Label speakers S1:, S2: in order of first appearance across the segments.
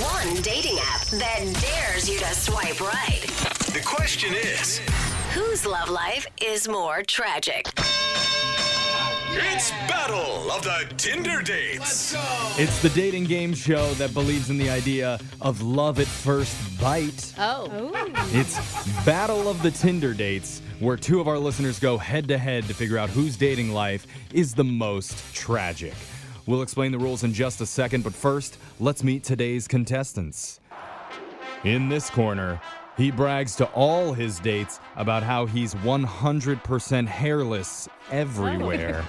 S1: modern dating app that dares you to swipe right.
S2: The question is
S1: Whose love life is more tragic?
S2: it's Battle of the Tinder Dates.
S3: It's the dating game show that believes in the idea of love at first bite.
S4: Oh.
S3: It's Battle of the Tinder Dates, where two of our listeners go head to head to figure out whose dating life is the most tragic. We'll explain the rules in just a second, but first, let's meet today's contestants. In this corner, he brags to all his dates about how he's 100% hairless everywhere.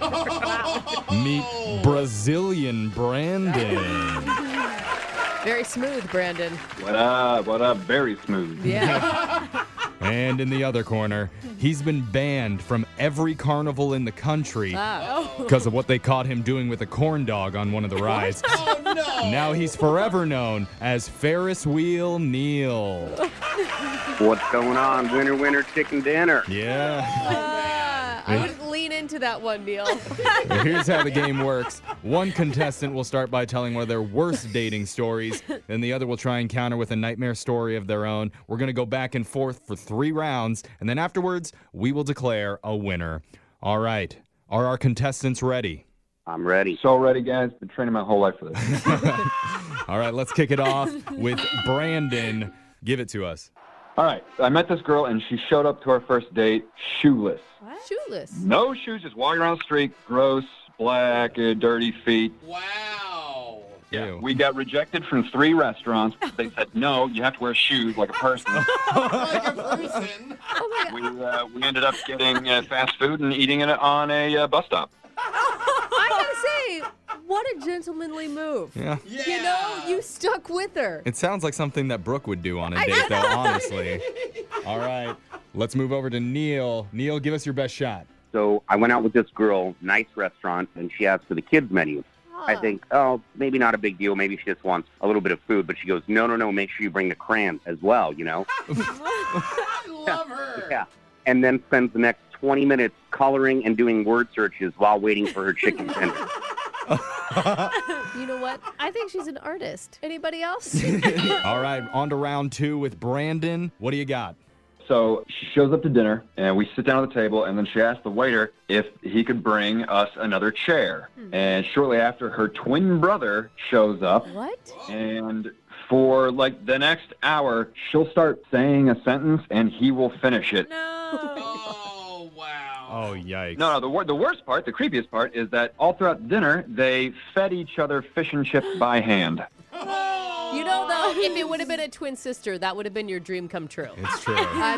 S3: Meet Brazilian Brandon.
S4: Very smooth, Brandon.
S5: What up? What up? Very smooth.
S4: Yeah.
S3: And in the other corner, he's been banned from every carnival in the country because of what they caught him doing with a corn dog on one of the rides. oh, no. Now he's forever known as Ferris Wheel Neil.
S5: What's going on? Winter, winter, chicken dinner.
S3: Yeah.
S4: I wouldn't lean into that one, Neil.
S3: Here's how the game works one contestant will start by telling one of their worst dating stories, and the other will try and counter with a nightmare story of their own. We're going to go back and forth for three rounds, and then afterwards, we will declare a winner. All right. Are our contestants ready?
S5: I'm ready.
S6: So ready, guys. Been training my whole life for this.
S3: All right, let's kick it off with Brandon. Give it to us.
S6: All right. I met this girl, and she showed up to our first date shoeless.
S4: Shoeless.
S6: No shoes, just walking around the street, gross, black, uh, dirty feet.
S3: Ew.
S6: We got rejected from three restaurants. They said, no, you have to wear shoes like a person.
S4: Oh my
S6: we, uh, we ended up getting uh, fast food and eating it on a uh, bus stop.
S4: I gotta say, what a gentlemanly move.
S3: yeah.
S4: You know, you stuck with her.
S3: It sounds like something that Brooke would do on a date, though, honestly. All right, let's move over to Neil. Neil, give us your best shot.
S5: So I went out with this girl, nice restaurant, and she asked for the kids menu. I think, oh, maybe not a big deal. Maybe she just wants a little bit of food. But she goes, no, no, no. Make sure you bring the crayons as well. You know. Yeah. And then spends the next 20 minutes coloring and doing word searches while waiting for her chicken tender.
S4: Ah. You know what? I think she's an artist. Anybody else?
S3: All right, on to round two with Brandon. What do you got?
S6: So she shows up to dinner, and we sit down at the table, and then she asked the waiter if he could bring us another chair.
S4: Hmm.
S6: And shortly after, her twin brother shows up.
S4: what?
S6: And for like the next hour, she'll start saying a sentence and he will finish it.
S4: No.
S3: Oh, yikes.
S6: No, no, the, wor- the worst part, the creepiest part, is that all throughout dinner, they fed each other fish and chips by hand.
S4: You know, though, if it would have been a twin sister, that would have been your dream come true.
S3: It's true. yeah,
S4: I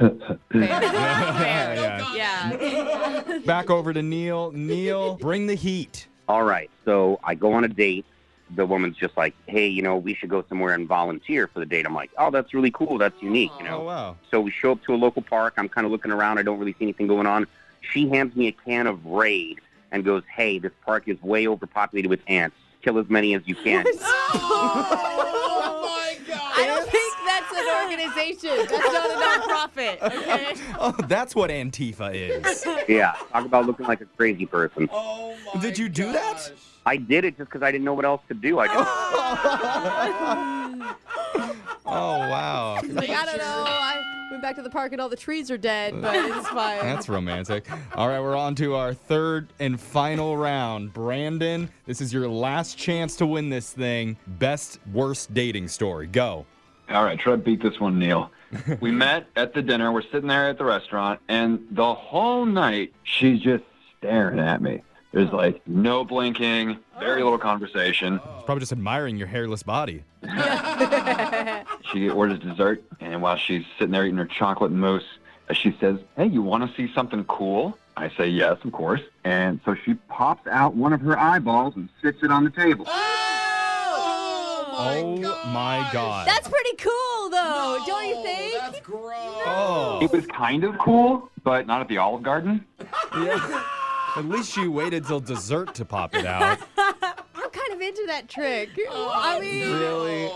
S4: mean. Fair.
S3: yeah.
S4: Yeah.
S3: Back over to Neil. Neil, bring the heat.
S5: All right. So I go on a date. The woman's just like, hey, you know, we should go somewhere and volunteer for the date. I'm like, oh, that's really cool. That's unique, you know.
S3: Oh, wow.
S5: So we show up to a local park. I'm kind of looking around. I don't really see anything going on. She hands me a can of Raid and goes, hey, this park is way overpopulated with ants. Kill as many as you can.
S4: I don't think that's an organization. That's not a nonprofit. Okay.
S3: Oh, that's what Antifa is.
S5: yeah. Talk about looking like a crazy person.
S3: Did you do that?
S5: I did it just because I didn't know what else to do. I just,
S3: Oh, wow.
S4: Like, I don't know. I went back to the park and all the trees are dead, but it's fine.
S3: That's romantic. All right, we're on to our third and final round. Brandon, this is your last chance to win this thing. Best worst dating story. Go.
S6: All right, try to beat this one, Neil. we met at the dinner. We're sitting there at the restaurant, and the whole night she's just staring at me. There's like no blinking, very little conversation.
S3: Probably just admiring your hairless body.
S6: She orders dessert, and while she's sitting there eating her chocolate mousse, uh, she says, "Hey, you want to see something cool?" I say, "Yes, of course."
S5: and so she pops out one of her eyeballs and sits it on the table.
S3: oh my god.
S4: That's pretty cool, though, don't you think?
S3: oh.
S6: It was kind of cool, but not at the Olive Garden.
S3: Yeah. At least you waited till dessert to pop it out.
S4: I'm kind of into that trick. I mean,
S3: Really?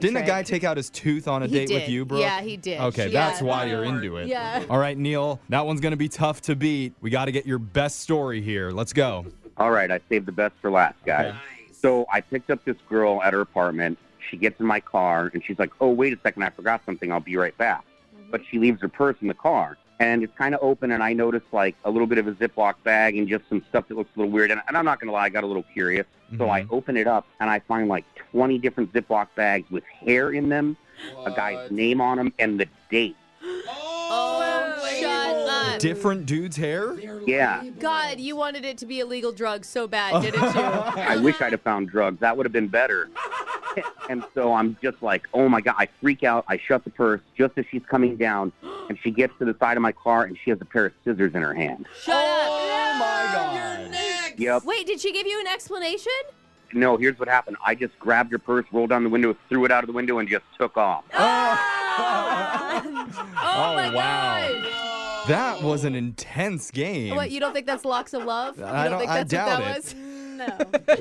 S3: Didn't a guy take out his tooth on a date with
S4: did.
S3: you, bro?
S4: Yeah, he did.
S3: Okay,
S4: Yeah.
S3: that's why you're into it.
S4: Yeah.
S3: All right, Neil, that one's going to be tough to beat. We got to get your best story here. Let's go.
S5: All right, I saved the best for last, guys. So I picked up this girl at her apartment. She gets in my car and she's like, "Oh, wait a second, I forgot something. I'll be right back." But she leaves her purse in the car, and it's kind of open. And I notice like a little bit of a Ziploc bag and just some stuff that looks a little weird. And, and I'm not gonna lie, I got a little curious. So I open it up and I find like 20 different Ziploc bags with hair in them, a guy's name on them, and the date.
S4: Oh, Shut up.
S3: Mm-hmm. Different dude's hair?
S5: Yeah,
S4: God, you wanted it to be illegal drugs so bad, didn't you?
S5: I wish I'd have found drugs. That would have been better. and so I'm just like, oh my God. I freak out. I shut the purse just as she's coming down. And she gets to the side of my car and she has a pair of scissors in her hand.
S3: Oh
S4: Shut up.
S5: Yep.
S4: Wait, did she give you an explanation?
S5: No, here's what happened. I just grabbed her purse, rolled down the window, threw it out of the window, and just took off.
S4: Oh, my
S3: wow.
S4: gosh.
S3: That was an intense game.
S4: What, you don't think that's locks of love? You
S3: I don't-
S4: think
S3: I
S4: that's what
S3: doubt it.
S4: that was?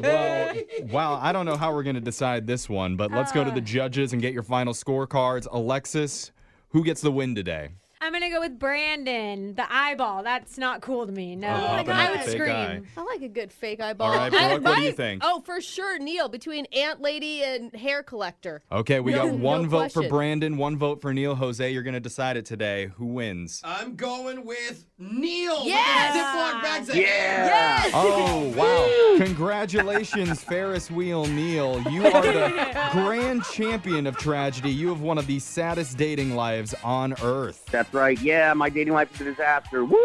S3: well, wow, I don't know how we're going to decide this one, but let's go to
S4: Ah.
S3: the judges and get your final scorecards. Alexis, who gets the win today?
S7: I'm gonna go with Brandon. The eyeball. That's not cool to me. No,
S3: Oh, popping
S7: I
S3: out
S7: would
S3: the fake
S7: scream.
S3: eye.
S4: I like a good fake eyeball.
S3: All right, Brooke, what do you think?
S4: Oh, for sure, Neil, between Aunt Lady and hair collector.
S3: Okay, we
S4: No-
S3: got one
S4: no
S3: vote for
S4: question.
S3: Brandon, one vote for Neil. Jose, you're going to decide it today. Who wins?
S8: I'm going with Neil.
S4: Yes!
S8: Ziploc bags.
S5: Yeah.
S3: Oh, wow. Congratulations, Ferris Wheel Neil. You are the grand champion of tragedy. You have one of the saddest dating lives on earth.
S5: That's right. Yeah, my dating life is a disaster. Woo!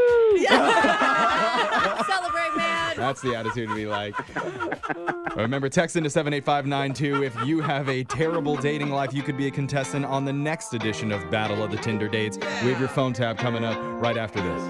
S4: Celebrate, man.
S3: That's the attitude to be like. Remember, text into 78592 if you have a terrible dating life. You could be a contestant on the next edition of Battle of the Tinder Dates. We have your phone tab coming up right after this.